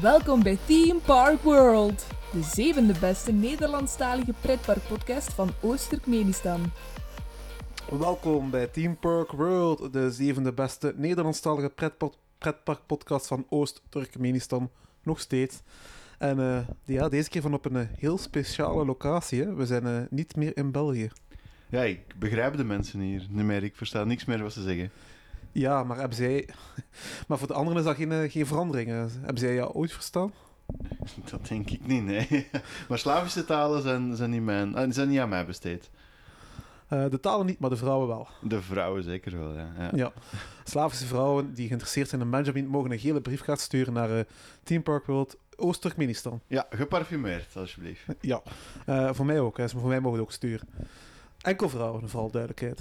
Welkom bij Theme Park World, de zevende beste Nederlandstalige pretparkpodcast van Oost-Turkmenistan. Welkom bij Team Park World, de zevende beste Nederlandstalige pretpod- pretparkpodcast van Oost-Turkmenistan. Nog steeds. En eh, ja, deze keer van op een eh, heel speciale locatie. Hè. We zijn eh, niet meer in België. Ja, ik begrijp de mensen hier niet meer. Ik versta niks meer wat ze zeggen. Ja, maar hebben zij... Maar voor de anderen is dat geen, eh, geen verandering. hè. Hebben zij jou ooit verstaan? Dat denk ik niet, nee. Maar Slavische talen zijn, zijn, niet, mijn, ah, zijn niet aan mij besteed. Eh, de talen niet, maar de vrouwen wel. De vrouwen zeker wel, ja. ja. Ja. Slavische vrouwen die geïnteresseerd zijn in Benjamin mogen een gele briefkaart sturen naar eh, Team Park World Oost-Turkmenistan. Ja, geparfumeerd, alsjeblieft. Ja, Eh, voor mij ook. Hè. Ze- Voor mij mogen het ook sturen. Enkel vrouwen, vooral duidelijkheid.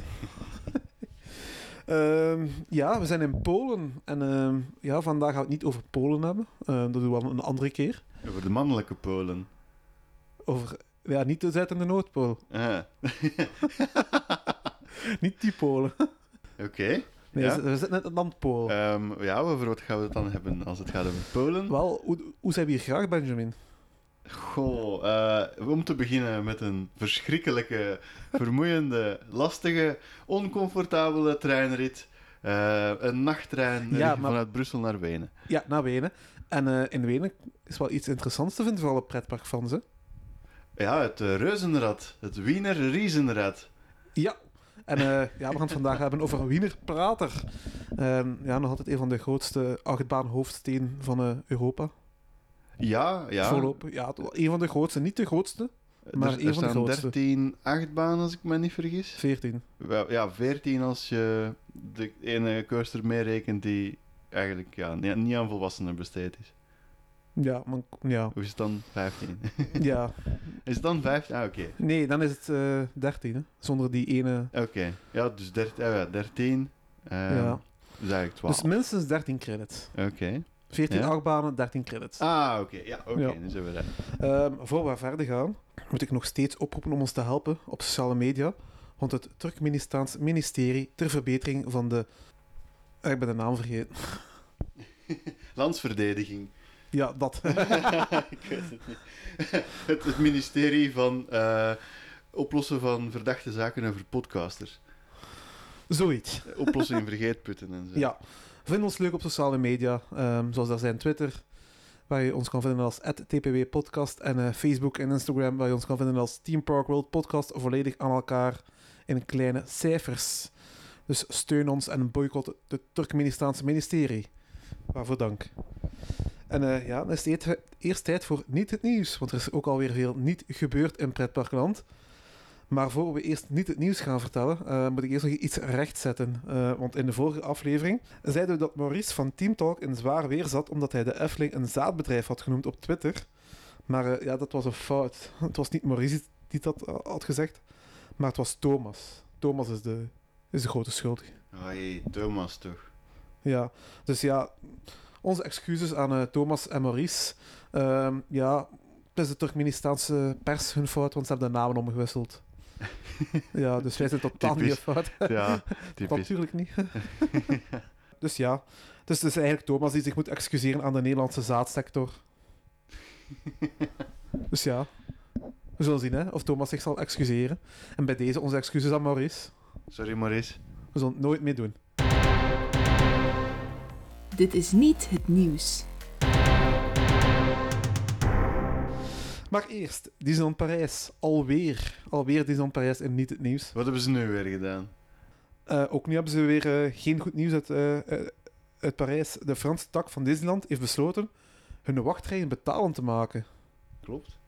Ehm, ja, we zijn in Polen. En ehm, ja, vandaag gaan we het niet over Polen hebben. Ehm, dat doen we een andere keer. Over de mannelijke Polen. Over, ja, niet de Zuid- en de Noordpool. Ah, Niet die Polen. Oké. Nee, Ja. we zitten net in het land Polen. Ehm, ja, over wat gaan we het dan hebben als het gaat over Polen? Wel, hoe, hoe zijn we hier graag, Benjamin? Goh, eh, om te beginnen met een verschrikkelijke, vermoeiende, lastige, oncomfortabele treinrit. Eh, een nachttrein Ja, maar- vanuit Brussel naar Wenen. Ja, naar Wenen. En eh, in Wenen is wel iets interessants te vinden voor alle pretparkfans. Hè? Ja, het eh, reuzenrad. Het Wiener Riesenrad. Ja. En eh, ja, we gaan het vandaag hebben over Wiener Prater. Ehm, ja, nog altijd een van de grootste achtbaanhoofdsteden van eh, Europa. Ja, ja. Voorlopig. Ja, het- een van de grootste. Niet de grootste. maar er, een er van de staan grootste. 13 achtbanen, als ik me niet vergis. Veertien. Wel, Ja, 14 als je de ene coaster meerekent die eigenlijk ja, ni- niet aan volwassenen besteed is. Ja, maar, ja. Hoe is het dan 15? ja. Is het dan 15? Ah, oké. Nee, dan is het eh dertien. hè. Zonder die ene... Oké. Ja, dus 13. ah, ja, 13 ehm, Ja. Dus eigenlijk 12. Dus minstens 13 credits. Oké. 14 Ja. achtbanen, 13 credits. Ah, oké. Ja, oké. Ja. Nu zijn we daar. Ehm, voor we verder gaan, moet ik nog steeds oproepen om ons te helpen op sociale media. Want het Turkmenistaans ministerie ter verbetering van de... Ah, Ik ben de naam vergeten. Landsverdediging. Ja, dat. ik weet het niet. het, het ministerie van eh, oplossen van verdachte zaken over podcasters. Zoiets. Oplossen in vergeetputten en zo. Ja. Vind ons leuk op sociale media, ehm, zoals dat zijn Twitter, waar je ons kan vinden als @tpwpodcast Podcast en eh, Facebook en Instagram, waar je ons kan vinden als Team Park World Podcast, volledig aan elkaar in kleine cijfers. Dus steun ons en boycott het Turkmenistaanse ministerie. Waarvoor dank. En eh, ja, dan is het eet- eerst tijd voor niet het nieuws, want er is ook alweer veel niet gebeurd in pretparkland. Maar voor we eerst niet het nieuws gaan vertellen, eh, moet ik eerst nog iets rechtzetten. Eh, want in de vorige aflevering zeiden we dat Maurice van Team Talk in zwaar weer zat omdat hij de Efteling een zaadbedrijf had genoemd op Twitter. Maar eh, ja, dat was een fout. Het was niet Maurice die dat eh, had gezegd, maar het was Thomas. Thomas is de, is de grote schuldige. Oei, Thomas toch. Ja, dus ja, onze excuses aan eh, Thomas en Maurice. Ehm, ja, het is de Turkmenistaanse pers hun fout, want ze hebben de namen omgewisseld. ja, dus wij zijn totaal niet Typisch. fout. Ja, typisch. Natuurlijk niet. dus ja. Dus het is eigenlijk Thomas die zich moet excuseren aan de Nederlandse zaadsector. dus ja. We zullen zien hè, of Thomas zich zal excuseren. En bij deze onze excuses aan Maurice. Sorry Maurice. We zullen het nooit meer doen. Dit is niet het nieuws. Maar eerst, Disneyland Parijs. Alweer. Alweer Disneyland Parijs en niet het nieuws. Wat hebben ze nu weer gedaan? Eh, ook nu hebben ze weer eh, geen goed nieuws uit, eh, eh, uit Parijs. De Franse tak van Disneyland heeft besloten hun wachtrijen betalend te maken. Klopt.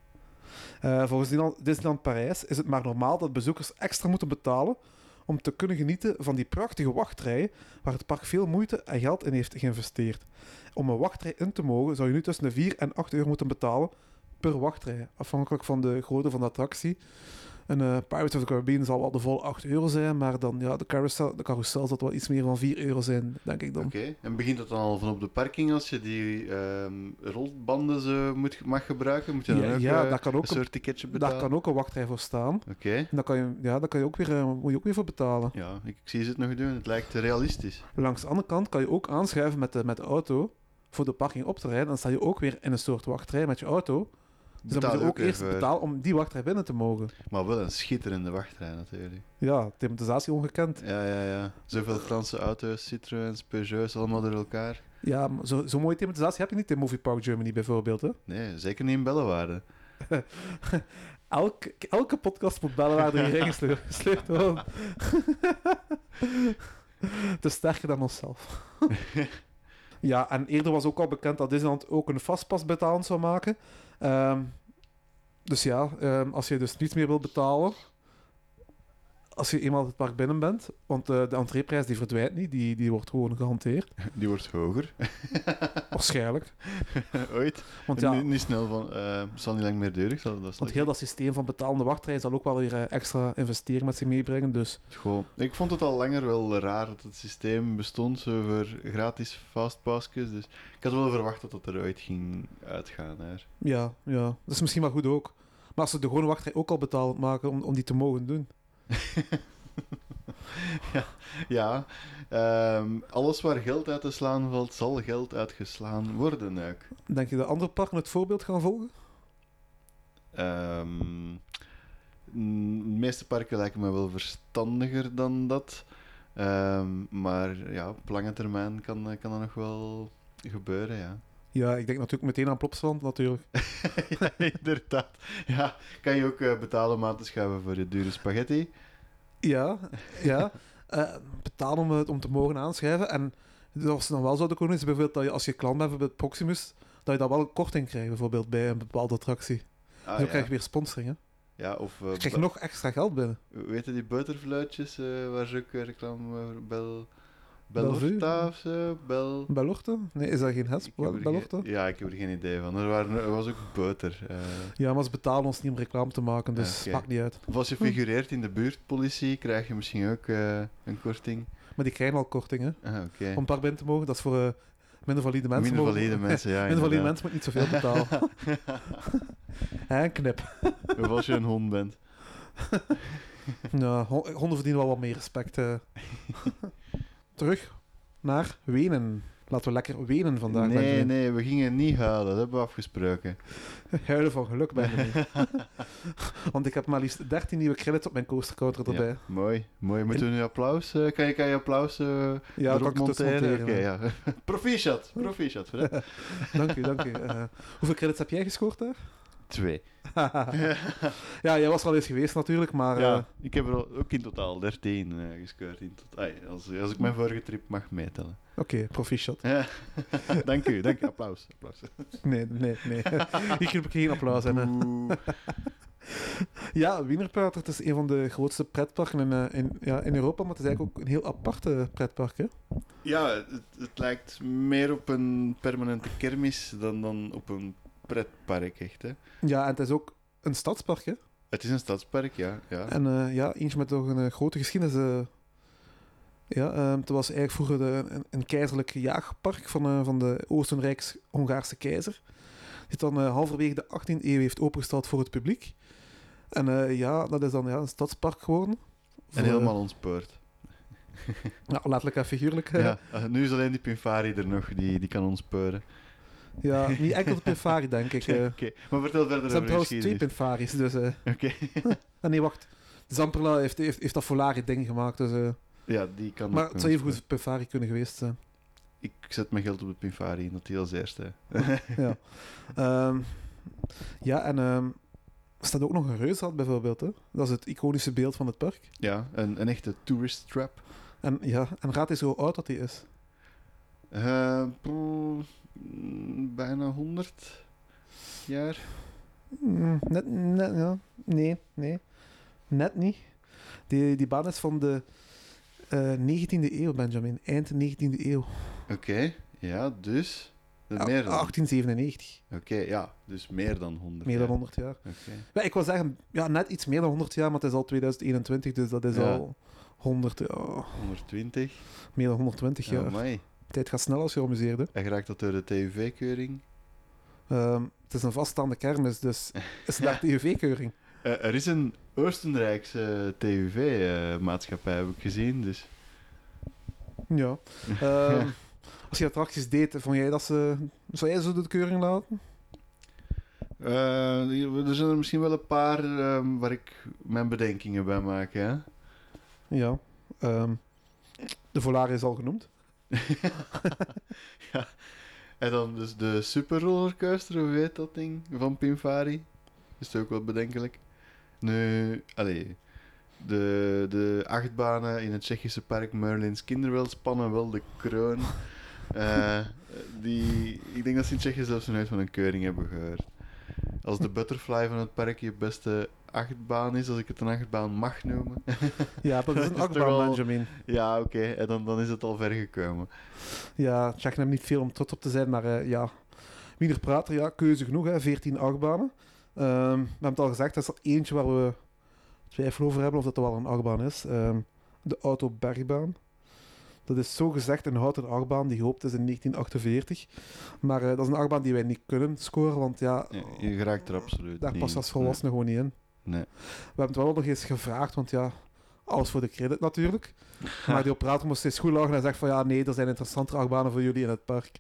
Eh, volgens Disneyland- Disneyland Parijs is het maar normaal dat bezoekers extra moeten betalen om te kunnen genieten van die prachtige wachtrijen waar het park veel moeite en geld in heeft geïnvesteerd. Om een wachtrij in te mogen zou je nu tussen de 4 en 8 euro moeten betalen per wachtrij, afhankelijk van de grootte van de attractie. Een eh, Pirates of the Caribbean zal wel de volle 8 euro zijn, maar dan ja, de carousel, de carousel zal wel iets meer van 4 euro zijn, denk ik dan. Oké. En begint dat dan al van op de parking als je die ehm, rolbanden zo moet, mag gebruiken? Moet je dan Ja, ook, ja, eh, daar kan ook een een- soort ticketje Daar betalen? kan ook een wachtrij voor staan. Oké. En daar kan je, ja, daar kan je ook weer, eh, moet je ook weer voor betalen. Ja, ik, ik zie ze het nog doen. Het lijkt realistisch. Langs de andere kant kan je ook aanschuiven met de, met de auto voor de parking op te rijden, dan sta je ook weer in een soort wachtrij met je auto. Dus dan Betaal moet je ook weer eerst voor. betalen om die wachtrij binnen te mogen. Maar wel een schitterende wachtrij natuurlijk. Ja, thematisatie ongekend. Ja, ja, ja. Zoveel Franse auto's, Citroëns, Peugeots, allemaal door elkaar. Ja, maar zo- zo'n mooie thematisatie heb je niet in Movie Park Germany bijvoorbeeld. Hè? Nee, zeker niet in Bellewaarde. Elke, elke podcast moet bellen waar er hierin gesleurd- gesleurd worden. Te sterker dan onszelf. ja, en eerder was ook al bekend dat Disneyland ook een vastpas betalen zou maken. Ehm, dus ja, ehm, als je dus niets meer wilt betalen, als je eenmaal het park binnen bent, want eh, de entreeprijs die verdwijnt niet, die, die wordt gewoon gehanteerd. Die wordt hoger. Waarschijnlijk. Ooit. Want En ja, Niet, niet snel van, eh zal niet lang meer duren. zal dat Want slecht heel dat systeem van betalende wachtrij zal ook wel weer eh, extra investering met zich meebrengen. Dus Goh, ik vond het al langer wel raar dat het systeem bestond zo voor gratis fastpasjes. Dus ik had wel verwacht dat dat eruit ging uitgaan. Hè. ja, ja, dat is misschien wel goed ook. Maar als ze de gewone wachtrij ook al betaald maken om, om die te mogen doen. Ja, ehm, alles waar geld uit te slaan valt, zal geld uitgeslaan worden. Ook. Denk je dat andere parken het voorbeeld gaan volgen? Ehm, mm, de meeste parken lijken me wel verstandiger dan dat. Ehm, maar ja, op lange termijn kan, eh, kan dat nog wel gebeuren, ja. Ja, ik denk natuurlijk meteen aan Plopsland natuurlijk. ja, inderdaad. Ja, kan je ook eh, betalen om aan te schuiven voor je dure spaghetti. Ja, ja. Eh, betalen om, het- om te mogen aanschrijven. En als ze dan wel zouden kunnen, is bijvoorbeeld dat je als je klant bent bijvoorbeeld Proximus, dat je dan wel een korting krijgt bijvoorbeeld bij een bepaalde attractie. Ah, dus dan ja. krijg je weer sponsoring. Hè? ja, of eh, Je krijgt bu- nog extra geld binnen. weet je die butterfluitjes eh, waar ze ook eh, reclame voor Bel... Bellevue? Bellorta of zo? Bel... Belorte? Nee, is dat geen Hesp? Hm. Ik heb er Belorte? geen- Ja, ik heb er geen idee van. Er, waren, er was ook butter. eh. Ja, maar ze betalen ons niet om reclame te maken, dus Ah, Oké. maakt niet uit. Of als je figureert in de buurtpolitie, krijg je misschien ook eh, een korting. Maar die krijgen al kortingen. Ah, oké. Om park binnen te mogen, dat is voor eh, minder valide mensen. Minder mogen- valide mensen, ja. minder valide inderdaad. mensen moet niet zoveel betalen. en knip. Of als je een hond bent. Ja, hon- honden verdienen wel wat meer respect. eh. Terug naar Wenen. Laten we lekker wenen vandaag. nee, Benjamin. nee, we gingen niet huilen. Dat hebben we afgesproken. Huilen van geluk, Benjamin. Want ik heb maar liefst 13 nieuwe credits op mijn coaster counter Ja, erbij. mooi, mooi. Moeten we nu applaus? eh, kan, je, kan je applaus eh Ja, dat erop kan ik het tussen monteren? monteren. Oké, ja. proficiat, proficiat. Fred. Dank u, dank u. Eh, hoeveel credits heb jij gescoord daar? Twee. ja, jij was er al eens geweest natuurlijk, maar... eh, ja, ik heb er al- ook in totaal 13 eh, gescoord. In tot, ai, als, als ik mijn vorige trip mag meetellen. Oké, proficiat. Ja. dank u, dank u. Applaus. applaus. Nee, nee, nee. Hier heb ik geen applaus aan. hè. Boe. Ja, Wienerpuiter, het is een van de grootste pretparken in, eh, in, ja, in Europa, maar het is eigenlijk ook een heel aparte pretpark. Hè? Ja, het, het lijkt meer op een permanente kermis dan, dan op een pretpark, echt. Hè? Ja, en het is ook een stadspark. Hè? Het is een stadspark, ja. ja. En eh, ja, eentje met toch een eh, grote geschiedenis. eh. ja, ehm, het was eigenlijk vroeger de, een, een keizerlijk jaagpark van, eh, van de Oostenrijks-Hongaarse keizer. Die het dan eh, halverwege de 18e eeuw heeft opengesteld voor het publiek. En eh, ja, dat is dan ja, een stadspark geworden. En Voor, eh, helemaal ontspoord. Ja, letterlijk en figuurlijk. hè. Ja, eh, nu is alleen die Pinfari er nog, die, die kan ontspeuren. Ja, niet enkel de Pinfari, denk ik. eh. Oké, maar vertel Ze verder hebben over de trouwens twee geschiedenis. Pinfaris, dus... eh. Oké, Ah, nee, wacht. Zamperla heeft, heeft, heeft dat volare ding gemaakt, dus... eh. ja, die kan Maar ook het zou even ontsporen. goed Pinfari kunnen geweest zijn. Ik zet mijn geld op de Pinfari, dat die als eerste. ja. Ehm, ja, en... ehm, er staat ook nog een reushad bijvoorbeeld, hè. Dat is het iconische beeld van het park. Ja, een, een echte tourist trap. En, ja, en raad eens hoe oud dat die is. Eh, poeh, mm, bijna 100 jaar. Mm, Net, net, ja. Nee, nee. Net niet. Die, die baan is van de eh, 19e eeuw, Benjamin. Eind 19e eeuw. Oké, ja, dus. Ah, meer dan. 1897. Oké, ja, dus meer dan 100. Meer dan jaar. 100 jaar. Oké. Ja, ik wil zeggen, ja, net iets meer dan 100 jaar, maar het is al 2021, dus dat is Ja. al 100, ja, 120. meer dan 120 Ja, jaar. mooi. Tijd gaat snel als je amuseert. hè. En raakt dat door de TUV-keuring? Ehm, het is een vaststaande kermis, dus is daar TUV-keuring. Eh, er is een Oostenrijkse TUV-maatschappij, heb ik gezien. Dus Ja. Ehm, Als je attracties deed, vond jij dat ze... Zou jij ze de keuring laten? Eh, hier- er zijn er misschien wel een paar ehm, waar ik mijn bedenkingen bij maak. Hè? Ja. Ehm, de Volare is al genoemd. ja. En dan dus de Super Rollercoaster, hoe heet dat ding? Van Pimfari. Is het ook wel bedenkelijk. Nu, allee. De, de achtbanen in het Tsjechische park Merlins Kinderwel spannen wel de kroon. Eh, die, ik denk dat ze in Tsjechië zelfs nooit van een keuring hebben gehoord. Als de butterfly van het park je beste achtbaan is, als ik het een achtbaan mag noemen. Ja, dat is een Dat is achtbaan, toch wel- Benjamin. ja, oké, en dan, dan is het al ver gekomen. Ja, Tsjechen hebben niet veel om trots op te zijn, maar eh, ja. Wiener Prater, ja, keuze genoeg, hè. 14 achtbanen. Ehm, we hebben het al gezegd, dat is er eentje waar we twijfel over hebben of dat er wel een achtbaan is. Ehm, de Autobergbaan. Dat is zo gezegd een houten achtbaan die gehoopt is in 1948. Maar eh, dat is een achtbaan die wij niet kunnen scoren, want ja, Ja, je geraakt er absoluut Oh. daar niet past in. als volwassene gewoon niet in. Nee. We hebben het wel nog eens gevraagd, want ja, alles voor de credit natuurlijk. Maar die operator moest steeds goed lachen en zegt van ja, nee, er zijn interessantere achtbanen voor jullie in het park.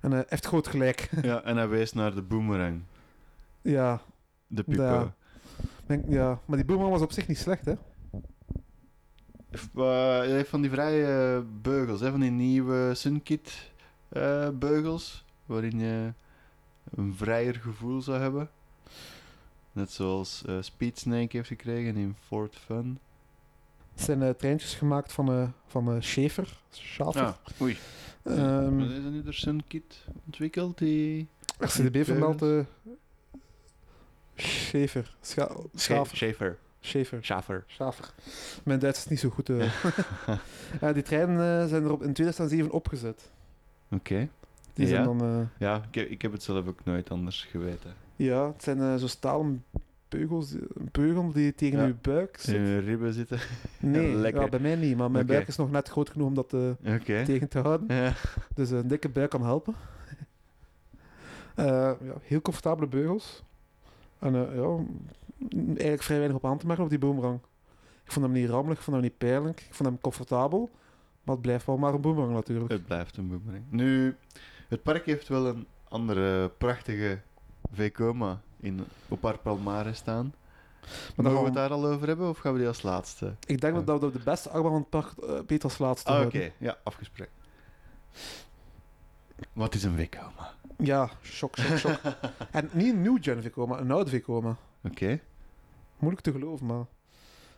En eh, hij heeft groot gelijk. Ja, en hij wees naar de boomerang. ja, De Pipo. Ja. ik denk, ja, maar die boomerang was op zich niet slecht, hè? F- eh, hij heeft van die vrije eh, beugels, hè, van die nieuwe Sunkit eh, beugels, waarin je een vrijer gevoel zou hebben. Net zoals eh, Speed Snake heeft gekregen in Fort Fun. Het zijn eh, treintjes gemaakt van, eh van eh Schaefer. Schaefer. Ah, oei. Ehm, Maar is er nu door Sunkit ontwikkeld? Die... RCDB vermeldt eh Schaefer. Scha- Schafer. Schaefer. Schaefer. Schaefer. Schafer. Mijn Duits is niet zo goed. eh. Eh, die treinen eh, zijn er op, in 2007 opgezet. Oké. Die zijn Ja. dan... eh, Ja, ik heb, ik heb het zelf ook nooit anders geweten. Ja, het zijn eh, zo stalen beugels, die- een beugel die tegen Ja. uw buik In zit. hun ribben zitten. Nee, lekker. ja, bij mij niet, maar mijn Oké. buik is nog net groot genoeg om dat eh, Oké. tegen te houden. Ja. Dus een dikke buik kan helpen. Eh, ja, heel comfortabele beugels. En eh, ja, eigenlijk vrij weinig op aan te maken op die boomerang. Ik vond hem niet rammelig, ik vond hem niet pijnlijk, ik vond hem comfortabel. Maar het blijft wel maar een boomerang natuurlijk. Het blijft een boomerang. Nu, het park heeft wel een andere prachtige Vekoma in, op haar palmare staan. dan Mogen gaan we we- het daar al over hebben of gaan we die als laatste? Ik denk dat dat we de beste achtbaan van het park eh, beter als laatste Ah, Oké, houden. ja, afgesproken. Wat is een Vekoma? Ja, shock, shock, shock. en niet een nieuw Gen Vicoma, een oud Vicoma. Oké. Moeilijk te geloven, maar...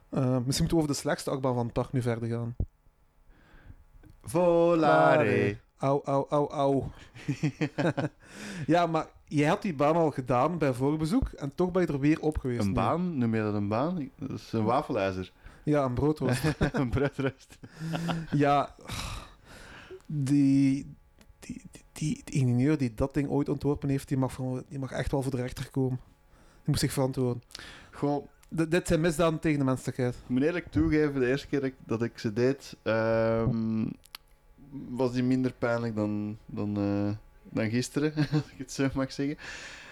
eh, misschien moeten we over de slechtste achtbaan van het park nu verder gaan. Volare. Au, au, au, au. ja, maar jij had die baan al gedaan bij voorbezoek en toch ben je er weer op geweest. Een nu. baan? Noem je dat een baan? Ik- Dat is een wafelijzer. Ja, een broodroos. een broodrust. ja, die, die, die, die, die ingenieur die dat ding ooit ontworpen heeft, die mag, voor- die mag echt wel voor de rechter komen. Die moet zich verantwoorden. Goh, D- dit zijn misdaden tegen de menselijkheid. Ik moet eerlijk toegeven, de eerste keer dat ik, dat ik ze deed, ehm, was die minder pijnlijk dan, dan, eh, dan gisteren, als ik het zo mag zeggen.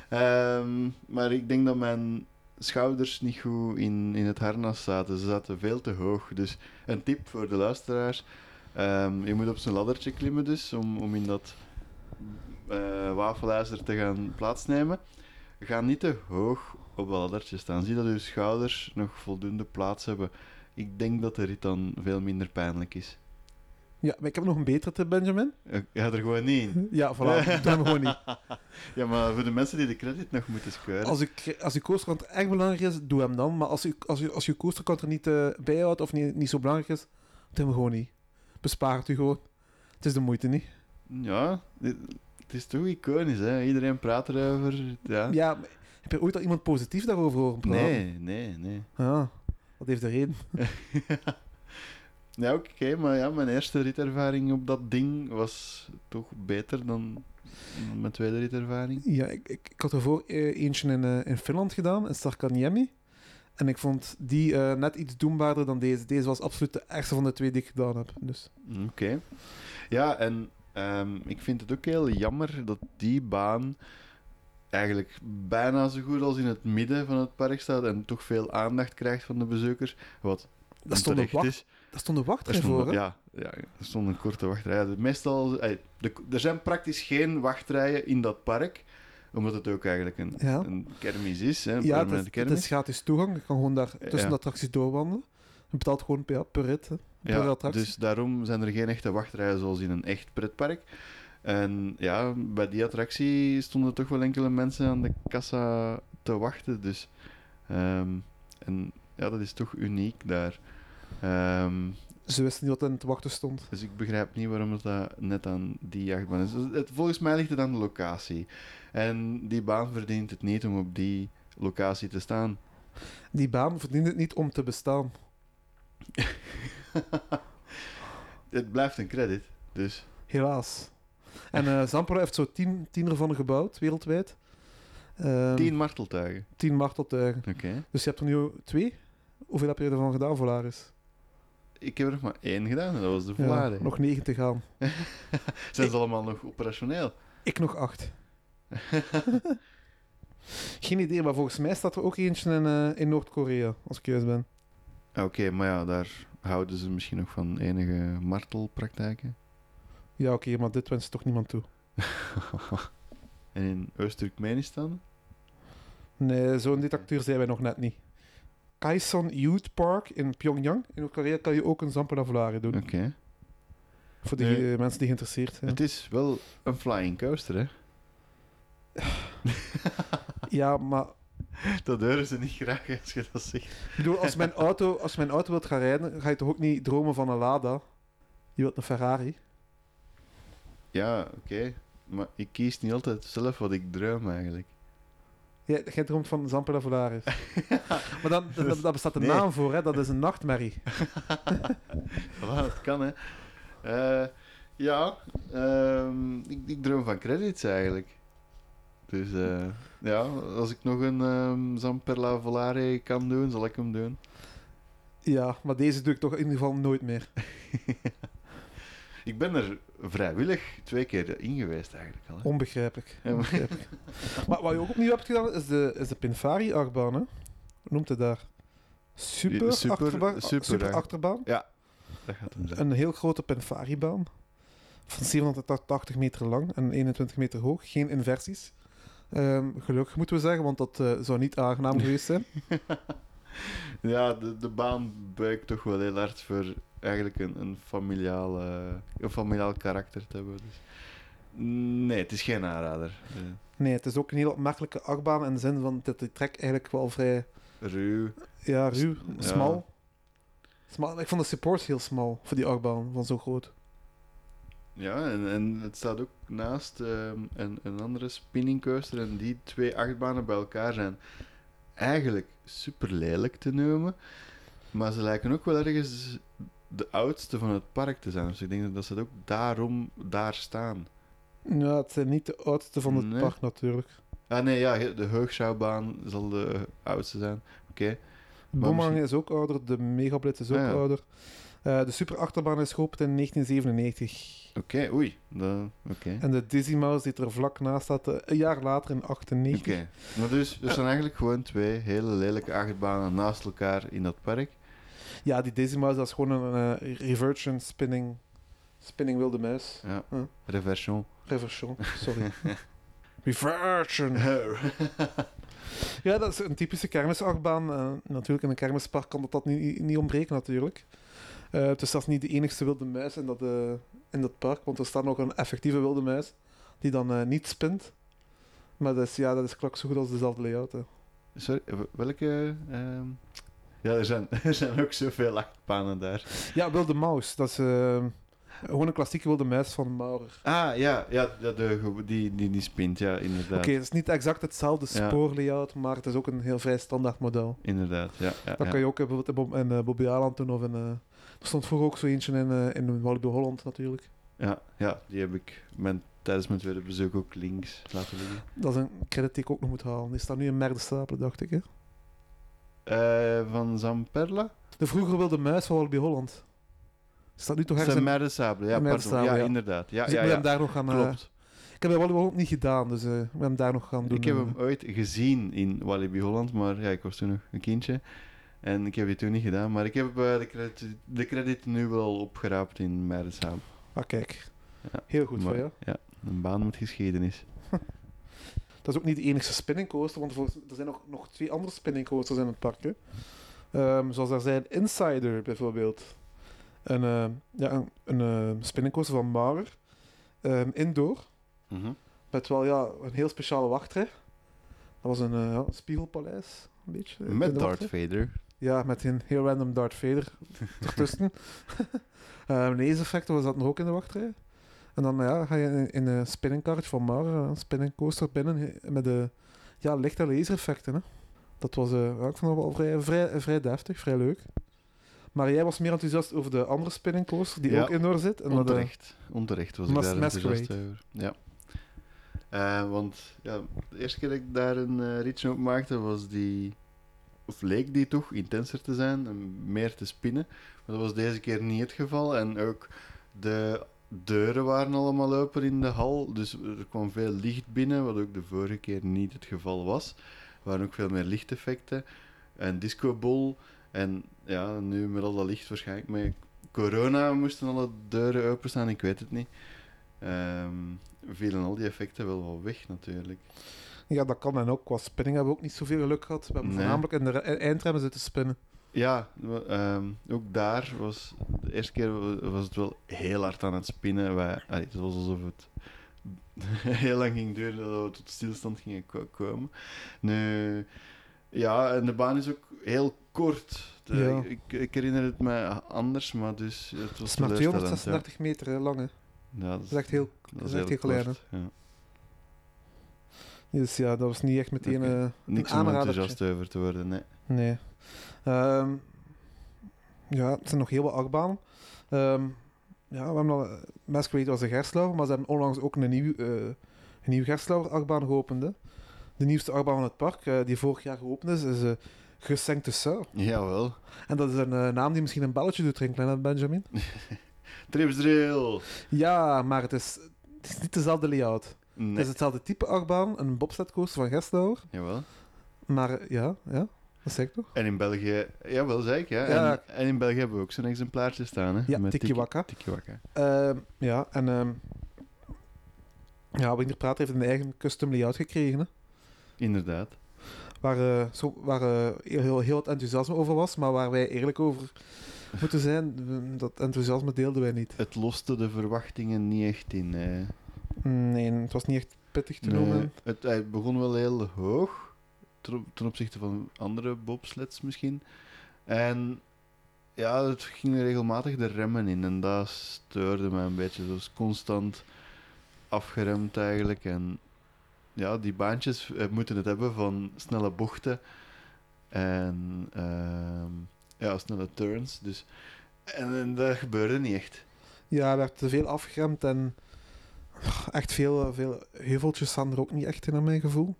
Ehm, maar ik denk dat mijn schouders niet goed in, in het harnas zaten. Ze zaten veel te hoog. Dus een tip voor de luisteraars. ehm, je moet op zijn laddertje klimmen dus, om, om in dat eh wafelijzer te gaan plaatsnemen. Ga niet te hoog op dat laddertje staan. Zie dat uw schouders nog voldoende plaats hebben. Ik denk dat de rit dan veel minder pijnlijk is. Ja, maar ik heb nog een betere tip, Benjamin. Eh, Ga er gewoon niet in. Ja, voilà, doe hem gewoon niet. Ja, maar voor de mensen die de credit nog moeten schuiven. Als, ik, als je coasterkant echt belangrijk is, doe hem dan. Maar als je, als je, als je coasterkant er niet eh, bij houdt of niet, niet zo belangrijk is, doe hem gewoon niet. Bespaar het u gewoon. Het is de moeite niet. Ja, dit- het is toch iconisch, hè? Iedereen praat erover. Ja. Ja, maar heb je ooit al iemand positief daarover horen praten? nee, nee, nee. Ja, dat heeft de reden. ja, oké, maar ja, mijn eerste ritervaring op dat ding was toch beter dan mijn tweede ritervaring. Ja, ik, ik, ik had ervoor eh, eentje in, eh, in Finland gedaan, in Sarkaniemi. En ik vond die eh, net iets doenbaarder dan deze. Deze was absoluut de ergste van de twee die ik gedaan heb. Dus Mm, Oké. Ja, en ehm, ik vind het ook heel jammer dat die baan eigenlijk bijna zo goed als in het midden van het park staat en toch veel aandacht krijgt van de bezoekers. Wat Daar stond, een terecht wacht, is. daar stond een Er wachtrij stond, voor, hè? ja, ja, er stond een korte wachtrij. De- Meestal, ey, de, er zijn praktisch geen wachtrijen in dat park, omdat het ook eigenlijk een, Ja. een kermis is, hè, een Ja, het is, permanente het kermis. is gratis toegang. Je kan gewoon daar tussen Ja. de attracties doorwandelen. Je betaalt gewoon per, per rit, hè, per Ja, attractie. dus daarom zijn er geen echte wachtrijen zoals in een echt pretpark. En ja, bij die attractie stonden toch wel enkele mensen aan de kassa te wachten. Dus, ehm, en ja, dat is toch uniek daar. Ehm, Ze wisten niet wat hen te wachten stond. dus ik begrijp niet waarom het dat net aan die jachtbaan is. Dus het, volgens mij ligt het aan de locatie. En die baan verdient het niet om op die locatie te staan. Die baan verdient het niet om te bestaan. het blijft een credit, dus... Helaas. En eh Zamparo heeft zo tien, tien ervan gebouwd, wereldwijd. Ehm, Tien marteltuigen. tien marteltuigen. Oké. Dus je hebt er nu twee? Hoeveel heb je ervan gedaan, Volaris? Ik heb er nog maar één gedaan en dat was de Ja, Volare. nog negen te gaan. Zijn ze allemaal nog operationeel? Ik nog acht. Geen idee, maar volgens mij staat er ook eentje in, eh, in Noord-Korea, als ik juist ben. Oké, maar ja, daar houden ze misschien nog van enige martelpraktijken. Ja, oké, maar dit wenst toch niemand toe. en in Oost-Turkmenistan? Nee, zo'n dictatuur zijn wij nog net niet. Kaesong Youth Park in Pyongyang. In Noord-Korea kan je ook een Zampanavlare doen. Oké. Voor de Nee. eh, mensen die geïnteresseerd zijn. Het is wel een flying coaster, hè? Ja, maar Dat horen ze niet graag als je dat zegt. ik bedoel, als mijn, auto, als mijn auto wilt gaan rijden, ga je toch ook niet dromen van een Lada? Je wilt een Ferrari. Ja, oké. Maar ik kies niet altijd zelf wat ik droom, eigenlijk. Jij, jij droomt van Zampanavlare. maar dan, dan, daar bestaat een Nee. naam voor, hè? dat is een nachtmerrie. Voilà, dat kan, hè. Eh, ja, ehm, ik, ik droom van credits, eigenlijk. Dus eh, ja, als ik nog een ehm Zamperla Volare kan doen, zal ik hem doen. Ja, maar deze doe ik toch in ieder geval nooit meer. Ik ben er vrijwillig twee keer in geweest eigenlijk al. hè. Onbegrijpelijk. Ja, maar- onbegrijpelijk. maar wat je ook opnieuw hebt gedaan, is de, is de Pinfari-achtbaan. Hè? Hoe noemt het daar? Super, Ja, super- achterbaan, super, super hè. achterbaan. Dat gaat hem zijn. Een heel grote Penfari-baan. Van 780 meter lang en 21 meter hoog. Geen inversies. Ehm, gelukkig moeten we zeggen, want dat eh, zou niet aangenaam geweest zijn. Ja, de, de baan buikt toch wel heel hard voor eigenlijk een, een, familiaal, eh, een familiaal karakter te hebben. Dus. Nee, het is geen aanrader. Eh, Nee, het is ook een heel opmerkelijke achtbaan in de zin van dat die trek eigenlijk wel vrij ruw. ja, ruw, Ja. smal. smal. Ik vond de support heel smal voor die achtbaan, van zo groot. Ja, en, en het staat ook naast ehm, een, een andere spinning coaster. En die twee achtbanen bij elkaar zijn eigenlijk super lelijk te noemen. Maar ze lijken ook wel ergens de oudste van het park te zijn. Dus ik denk dat ze ook daarom daar staan. Ja, het zijn niet de oudste van het Nee. park natuurlijk. Ah nee, ja, de Heugschouwbaan zal de oudste zijn. Oké. Boemerang misschien- is ook ouder, de Megablitz is ook Ah, ja. ouder. Eh, de Super Achterbaan is geopend in 1997. Oké, oei. Da- Oké. En de Dizzy Mouse die er vlak naast staat, eh, een jaar later in 98. Oké. Maar dus, er zijn eigenlijk gewoon twee hele lelijke achtbanen naast elkaar in dat park. Ja, die Dizzy Mouse dat is gewoon een eh, reversion spinning, spinning wilde muis. Ja. Huh. Reversion. Reversion, sorry. reversion. Ja, dat is een typische kermisachtbaan. Eh, natuurlijk, in een kermispark kan dat, dat niet, niet ontbreken natuurlijk. Eh, dus dat is niet de enigste wilde muis in dat, eh, in dat park, want er staat nog een effectieve wilde muis die dan eh, niet spint. Maar dat is, ja, dat is klak zo goed als dezelfde layout. hè. Sorry, w- welke? ehm, Ja, er zijn, er zijn ook zoveel achtbanen daar. Ja, wilde maus. Dat is eh, gewoon een klassieke wilde muis van Maurer. Ah, ja, ja ja, de, ge- die, die, die spint, ja, inderdaad. Oké, het is niet exact hetzelfde Ja. spoorlayout, maar het is ook een heel vrij standaard model. Inderdaad, ja. ja, Dat ja. kan je ook eh, bijvoorbeeld in Bob- in eh, Bobby Aland doen of in... eh, er stond vroeger ook zo eentje in, eh, in Walibi Holland natuurlijk. Ja, ja, die heb ik mijn, tijdens mijn tweede bezoek ook links laten liggen. Dat is een credit die ik ook nog moet halen. Die staat nu in Merdenstapelen, dacht ik. Hè? Eh, van Zamperla? De vroeger wilde muis van Walibi Holland. Die staat nu toch ergens Zijn in... Merdesabel, ja, Zijn pardon. Merdesabel, Ja, ja. inderdaad. Ja, Dus ik ja, moet ja. hem daar nog gaan... eh, Klopt. ik heb hem Walibi Holland niet gedaan, dus eh we hebben hem daar nog gaan doen. Ik heb eh. hem ooit gezien in Walibi Holland, maar ja, ik was toen nog een kindje. En ik heb die toen niet gedaan, maar ik heb eh, de, credit, de credit nu wel opgeraapt in Meidenshaam. Ah, kijk. Ja. Heel goed Maar- voor jou. Ja, een baan met geschiedenis. Dat is ook niet de enige spinning coaster, want volgens- er zijn nog, nog twee andere spinning coasters in het park. hè. Ehm, zoals daar zijn Insider bijvoorbeeld. Een, eh, ja, een, een eh, spinning coaster van Maurer. Ehm, indoor. Mhm. Met wel ja, een heel speciale wachtrij. Dat was een eh, ja, een spiegelpaleis. Een beetje, eh, in Met de Darth wachtrij. Vader. Ja, met een heel random Darth Vader ertussen. uh, Laser Factor zat nog ook in de wachtrij. En dan ja, ga je in, in een spinningkarretje van Mar, eh, een spinningcoaster binnen he- met de ja, lichte lasereffecten. Hè. Dat was, eh, ja, ik vond dat wel vrij, vrij, eh, vrij deftig, vrij leuk. Maar jij was meer enthousiast over de andere spinningcoaster die Ja, ook indoor zit. En dat, eh, Onterecht. Onterecht was ik Mas- daar enthousiast Masquerade. over. Ja. Eh, want ja, de eerste keer dat ik daar een eh, ritje op maakte, was die... Of leek die toch intenser te zijn en meer te spinnen. Maar dat was deze keer niet het geval. En ook de deuren waren allemaal open in de hal. Dus er kwam veel licht binnen, wat ook de vorige keer niet het geval was. Er waren ook veel meer lichteffecten. En discobol. En ja, nu met al dat licht waarschijnlijk met corona moesten alle deuren openstaan, ik weet het niet. Ehm, vielen al die effecten wel wel weg natuurlijk. ja, dat kan en ook. Qua spinning hebben we ook niet zoveel geluk gehad. We hebben Nee. voornamelijk in de re- e- eindremmen zitten spinnen. Ja, we- ehm, ook daar was de eerste keer wa- was het wel heel hard aan het spinnen. Wij, allee, het was alsof het heel lang ging duren dat we tot stilstand gingen ko- komen. Nu, ja, en de baan is ook heel kort. De- Ja. ik, ik herinner het me anders, maar dus het Het was is maar teleurstellend, ja. 236 meter hè, lang. Hè. Ja, dat Dat is echt heel dat echt is heel heel klein, kort, ja. Dus ja, dat was niet echt meteen Oké. eh, een Niks om aanrader. enthousiast over te worden, nee. Nee. Ehm, ja, het zijn nog heel wat achtbanen. Ehm, ja, we hebben al... eh, Masquerade was een Gerslauer, maar ze hebben onlangs ook een nieuw, eh een nieuw Gerslauer achtbaan geopend. hè. De nieuwste achtbaan van het park, eh, die vorig jaar geopend is, is eh Gessenk de Sau. Jawel. En dat is een eh, naam die misschien een belletje doet rinkelen, hè, Benjamin? Trips Drill! Ja, maar het is, het is niet dezelfde layout. Het Nee, is hetzelfde type achtbaan, een bobsledcoaster van Gerslauer. jawel. Maar eh, ja, ja, dat zeg ik toch? En in België, jawel zei ik, ja. Ja. En, en in België hebben we ook zo'n exemplaartje staan, hè. Ja, met Tiki Waka. Tiki Waka. Ehm, ja, en ehm ja, Winter Praat heeft een eigen custom layout gekregen. Hè, Inderdaad. waar eh, zo, waar eh, heel, heel, heel wat enthousiasme over was, maar waar wij eerlijk over moeten zijn. eh, Dat enthousiasme deelden wij niet. Het loste de verwachtingen niet echt in. eh. Mm, Nee, het was niet echt pittig te Nee, noemen. het, hij begon wel heel hoog, ten, op- ten opzichte van andere bobsleds misschien. En ja, het gingen regelmatig de remmen in en dat steurde mij een beetje. Dus constant afgeremd eigenlijk. En ja, die baantjes eh, moeten het hebben van snelle bochten en ehm, ja, snelle turns. Dus, en, en dat gebeurde niet echt. Ja, er werd te veel afgeremd en ah, echt veel, eh, veel heuveltjes staan er ook niet echt in, naar mijn gevoel.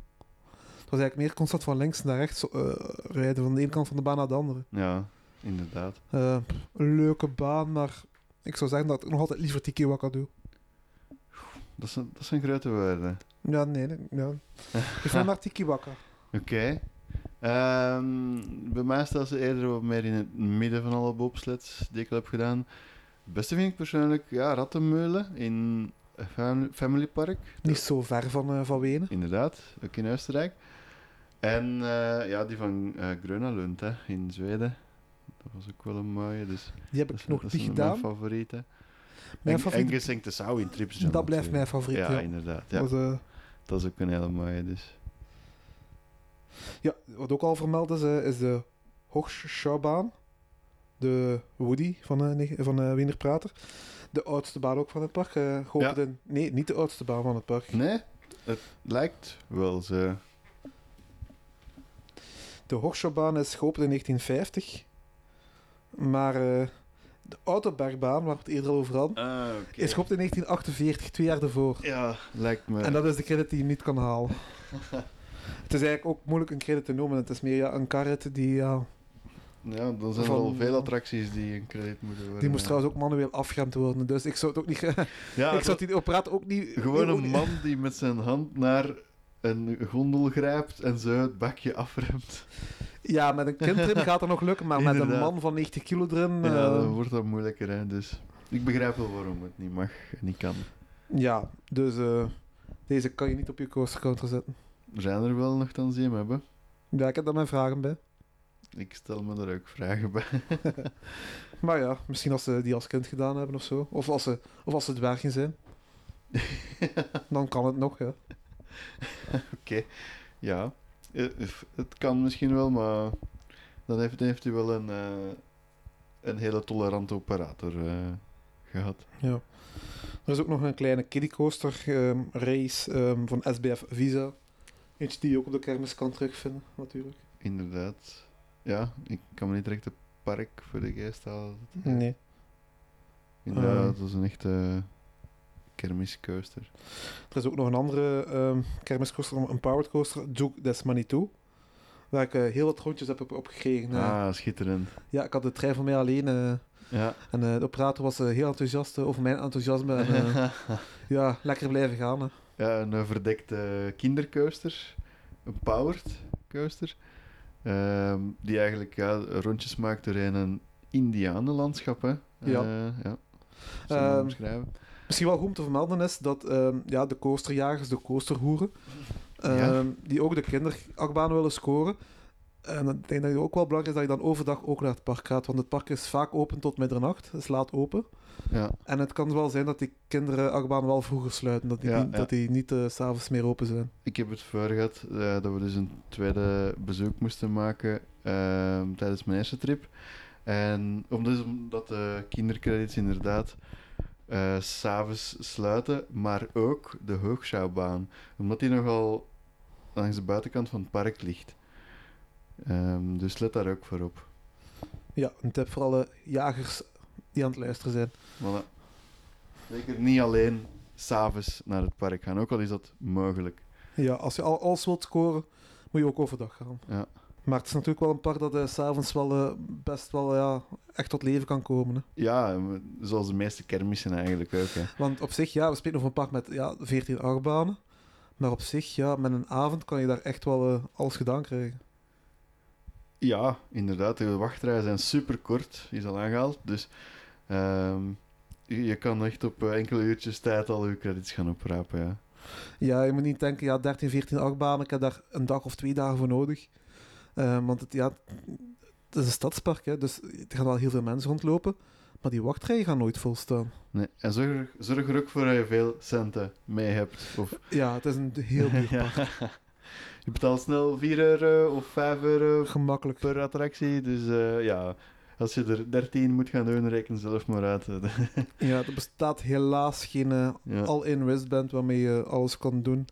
Het was eigenlijk meer constant van links naar rechts eh, rijden, van de ene kant van de baan naar de andere. Ja, inderdaad. Eh, een leuke baan, maar ik zou zeggen dat ik nog altijd liever Tiki Waka doe. Dat zijn, dat zijn grote woorden. Ja, nee, nee, ja. Ik vind naar Tiki Waka. Oké. Ehm, bij mij staat ze eerder wat meer in het midden van alle bobsleds die ik al heb gedaan. Het beste vind ik persoonlijk ja, Rattenmeulen in Fam- Family Park. Niet zo ver van, eh, van Wenen. Inderdaad, ook in Oostenrijk. En eh, ja, die van eh Gröna Lund hè, in Zweden. Dat was ook wel een mooie. Dus Die heb dat ik zijn- nog dat niet zijn gedaan. Mijn favorieten. Mijn en, favoriet- En Gesenk de Sau in Trips. Jam dat blijft mijn natuurlijk. favoriet. Ja, Ja, inderdaad. Ja. Was, eh, Dat is ook een hele mooie. Dus. ja, wat ook al vermeld is, eh, is de Hochschaubaan. De Woody van, eh neg- van eh, Wiener Prater. De oudste baan ook van het park. eh, geopend Ja. in- nee, niet de oudste baan van het park. Nee, het lijkt wel zo. De Hochschaubaan is geopend in 1950. Maar eh, de Autobergbaan, waar we het eerder al over hadden, Ah, oké. is geopend in 1948, twee jaar ervoor. Ja, lijkt me. En dat is de credit die je niet kan halen. het is eigenlijk ook moeilijk een credit te noemen. Het is meer ja, een karret die... Ja, Ja, dan zijn van- er al veel attracties die een credit moeten worden. die moest ja. trouwens ook manueel afgeremd worden. Dus ik zou het ook niet... Ja, ik Oh, zou dat- die operaat ook niet... Gewoon ook een niet- man die met zijn hand naar een gondel grijpt en zo het bakje afremt. Ja, met een kind erin gaat dat nog lukken, maar met een Inderdaad. man van 90 kilo erin... eh, Ja, dan wordt dat moeilijker, hè. Dus ik begrijp wel waarom het niet mag en niet kan. ja, dus eh, deze kan je niet op je coaster counter zetten. Er zijn er wel nog die hem hebben. Ja, ik heb daar mijn vragen bij. Ik stel me daar ook vragen bij. Maar ja, misschien als ze die als kind gedaan hebben of zo. Of als ze, of als ze dwergen zijn. Dan kan het nog, ja. Ja, eh, eh, het kan misschien wel, maar dan heeft, heeft hij wel een, eh, een hele tolerante operator eh, gehad. ja. Er is ook nog een kleine kiddiecoaster ehm race ehm, van SBF Visa. Eentje die je ook op de kermis kan terugvinden, natuurlijk. Inderdaad. Ja, ik kan me niet direct het park voor de geest halen. Nee. Inderdaad, Ehm. dat was een echte kermiscoaster. Er is ook nog een andere ehm kermiscoaster, een powered coaster, Duke Des Manitou. Waar ik eh, heel wat rondjes heb op, op gekregen. eh. Ah, schitterend. Ja, ik had de trein voor mij alleen. eh, Ja. en eh, de operator was eh, heel enthousiast eh, over mijn enthousiasme. En, eh, ja, lekker blijven gaan. hè. Ja, een eh, verdekte kindercoaster. Een powered coaster. ehm, die eigenlijk ja, rondjes maakt door een indianenlandschap. Hè? Ja. Eh, ja. Zullen we Ehm, omschrijven? Misschien wel goed om te vermelden is dat ehm, ja, de coasterjagers, de coasterhoeren, ehm, Ja. die ook de kinderachtbaan willen scoren. En ik denk dat het ook wel belangrijk is dat je dan overdag ook naar het park gaat. Want het park is vaak open tot middernacht, is laat open. Ja. En het kan wel zijn dat die kinderachtbaan wel vroeger sluiten. Dat die, Ja, niet- ja. Dat die niet eh, s s'avonds meer open zijn. Ik heb het voor gehad eh, dat we dus een tweede bezoek moesten maken ehm, tijdens mijn eerste trip. En om, dus omdat de kindercredits inderdaad eh, s s'avonds sluiten, maar ook de hoogschouwbaan. Omdat die nogal langs de buitenkant van het park ligt. Ehm, dus let daar ook voor op. Ja, een tip voor alle jagers die aan het luisteren zijn. Voilà. Zeker niet alleen s'avonds naar het park gaan, ook al is dat mogelijk. Ja, als je al alles wilt scoren, moet je ook overdag gaan. Ja. Maar het is natuurlijk wel een park dat eh, s s'avonds wel eh, best wel ja, echt tot leven kan komen. Hè. Ja, zoals de meeste kermissen eigenlijk ook. Hè. Want op zich, ja, we spelen over een park met ja, 14 achtbanen. Maar op zich, ja, met een avond kan je daar echt wel eh, alles gedaan krijgen. Ja, inderdaad. De wachtrijen zijn super kort, is al aangehaald. Dus ehm, je, je kan echt op eh, enkele uurtjes tijd al je credits gaan oprapen. Ja. Ja, je moet niet denken, ja, 13, 14 achtbanen, ik heb daar een dag of twee dagen voor nodig. Eh, want het, ja, het is een stadspark, hè, dus er gaan wel heel veel mensen rondlopen. Maar die wachtrijen gaan nooit volstaan. Nee. En zorg, zorg er ook voor dat je veel centen mee hebt. Of, Ja, het is een heel duur Ja. park. Je betaalt snel 4 euro of 5 euro Gemakkelijk. per attractie. Dus eh, ja, als je er 13 moet gaan doen, reken zelf maar uit. eh, Ja, er bestaat helaas geen eh, ja. all-in wristband waarmee je alles kan doen.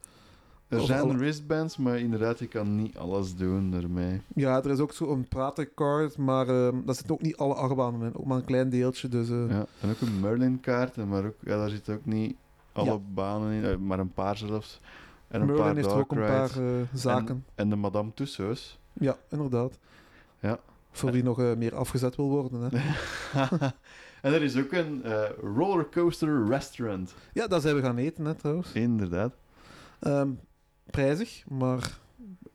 Er Of zijn alle- wristbands, maar inderdaad, je kan niet alles doen daarmee. Ja, er is ook zo'n pratencard, maar ehm daar zitten ook niet alle achtbanen in. Ook maar een klein deeltje, dus... eh, Ja, en ook een Merlin-kaart, en maar ook, ja, daar zitten ook niet alle Ja. banen in, eh, maar een paar zelfs. En een Merlin paar heeft er ook een dark paar rides. eh, zaken. En de Madame Tussauds. Ja, inderdaad. Ja. Voor wie nog eh, meer afgezet wil worden, hè. en er is ook een eh, rollercoaster restaurant. Ja, daar zijn we gaan eten, hè, trouwens. Inderdaad. Ehm, prijzig, maar,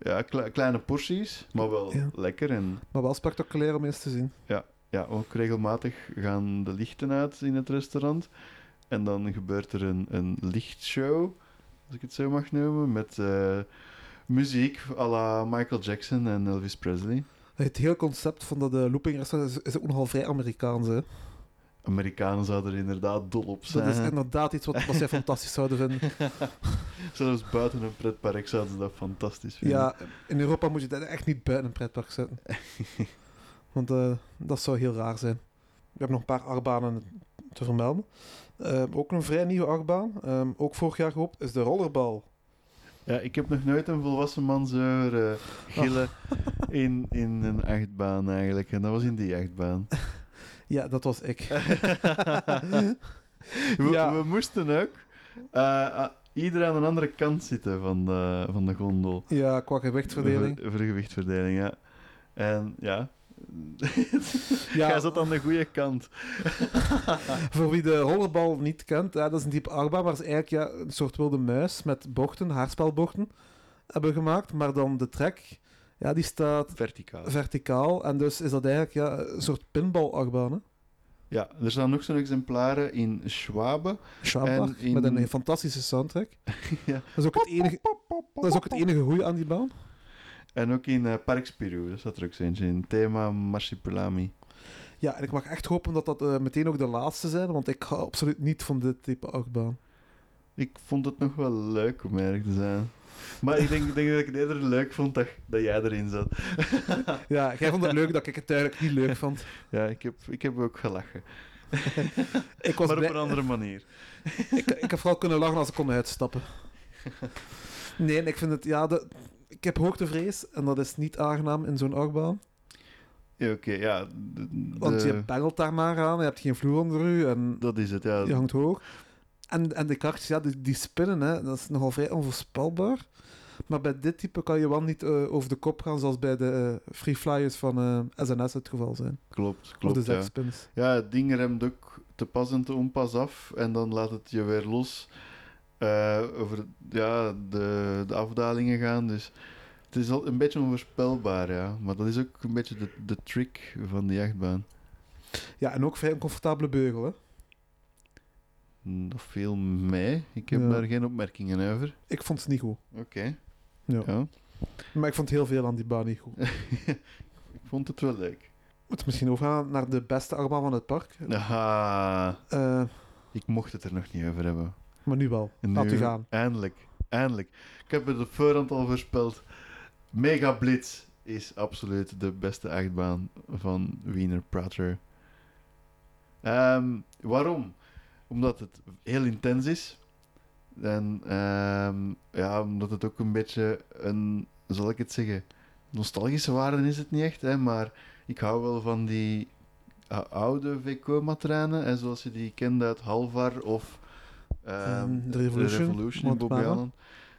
Ja, kle- kleine porties, maar wel Ja. lekker. En maar wel spectaculair om eens te zien. ja, ook regelmatig gaan de lichten uit in het restaurant. En dan gebeurt er een, een lichtshow, als ik het zo mag noemen, met eh, muziek à la Michael Jackson en Elvis Presley. Het hele concept van dat eh, looping restaurant is, is ook nogal vrij Amerikaans, hè. Amerikanen zouden er inderdaad dol op Dat zijn. is inderdaad iets wat, wat zij fantastisch zouden vinden. Zelfs buiten een pretpark zouden ze dat fantastisch vinden. Ja, in Europa moet je dat echt niet buiten een pretpark zetten. Want eh, dat zou heel raar zijn. We hebben nog een paar achtbanen te vermelden. Eh, ook een vrij nieuwe achtbaan, eh, ook vorig jaar geopend, is de rollerbal. Ja, ik heb nog nooit een volwassen man zo horen, Oh. eh, gillen in, in een achtbaan eigenlijk. En dat was in die achtbaan. Ja, dat was ik. we, Ja. we moesten ook eh, ah, ieder aan een andere kant zitten van de, van de gondel. Ja, qua gewichtverdeling. Voor, voor de gewichtverdeling, ja. En ja... Jij Ja, zat aan de goede kant. voor wie de rollerbal niet kent, ja, dat is een type achtbaan, maar dat is eigenlijk ja, een soort wilde muis met bochten, haarspelbochten, hebben we gemaakt. Maar dan de trek Ja, die staat Verticaal. verticaal. En dus is dat eigenlijk ja, een soort pinball-achtbaan. hè? Ja, er staan nog zo'n exemplaren in Schwabe. Schwabach, En in- met een fantastische soundtrack. Ja. Dat is ook het enige, dat is ook het enige goede aan die baan. En ook in eh Park Spirou, dat staat er ook zo eentje in. Thema Marsipulami. Ja, en ik mag echt hopen dat dat eh, meteen ook de laatste zijn, want ik ga absoluut niet van dit type achtbaan. Ik vond het nog wel leuk om erg te zijn. Maar ik denk, ik denk dat ik het eerder leuk vond dat, dat jij erin zat. Ja, jij vond het leuk dat ik het eigenlijk niet leuk vond. Ja, ik heb, ik heb ook gelachen. Ik, was maar op blij- een andere manier. ik, ik heb vooral kunnen lachen als ik kon uitstappen. Nee, en ik vind het, ja, de, ik heb hoogtevrees en dat is niet aangenaam in zo'n achtbaan. Ja, Oké, ja. de- Want de- je bengelt daar maar aan, je hebt geen vloer onder u en Dat is het, ja. je hangt hoog. En, en de krachtjes, ja, die, die spinnen, hè, dat is nogal vrij onvoorspelbaar. Maar bij dit type kan je wel niet eh, over de kop gaan, zoals bij de eh, free flyers van eh, SNS het geval zijn. Klopt, of klopt. de Ja. zegspins. ja, het ding remt ook te pas en te onpas af. En dan laat het je weer los eh, over ja, de, de afdalingen gaan. Dus het is al een beetje onvoorspelbaar, ja. Maar dat is ook een beetje de, de trick van de jachtbaan. Ja. en ook vrij oncomfortabele beugel, hè. Dat viel mee. Ik heb Ja. daar geen opmerkingen over. Ik vond het niet goed. Oké. Ja. Ja. Maar ik vond heel veel aan die baan niet goed. Ik vond het wel leuk. Moet misschien overgaan naar de beste achtbaan van het park. Aha, Eh, Ah, ik mocht het er nog niet over hebben. maar nu wel. En Laat nu- u gaan. Eindelijk, eindelijk. Ik heb het op voorhand al voorspeld. Mega Blitz is absoluut de beste achtbaan van Wiener Prater. Ehm, waarom? Omdat het heel intens is. En ehm, ja, omdat het ook een beetje een, zal ik het zeggen, nostalgische waarde is het niet echt, hè, maar ik hou wel van die eh, oude VK-matranen, en zoals je die kende uit Halvar of ehm, Ehm, de Revolution, in Monte Bobby Bano. Allen.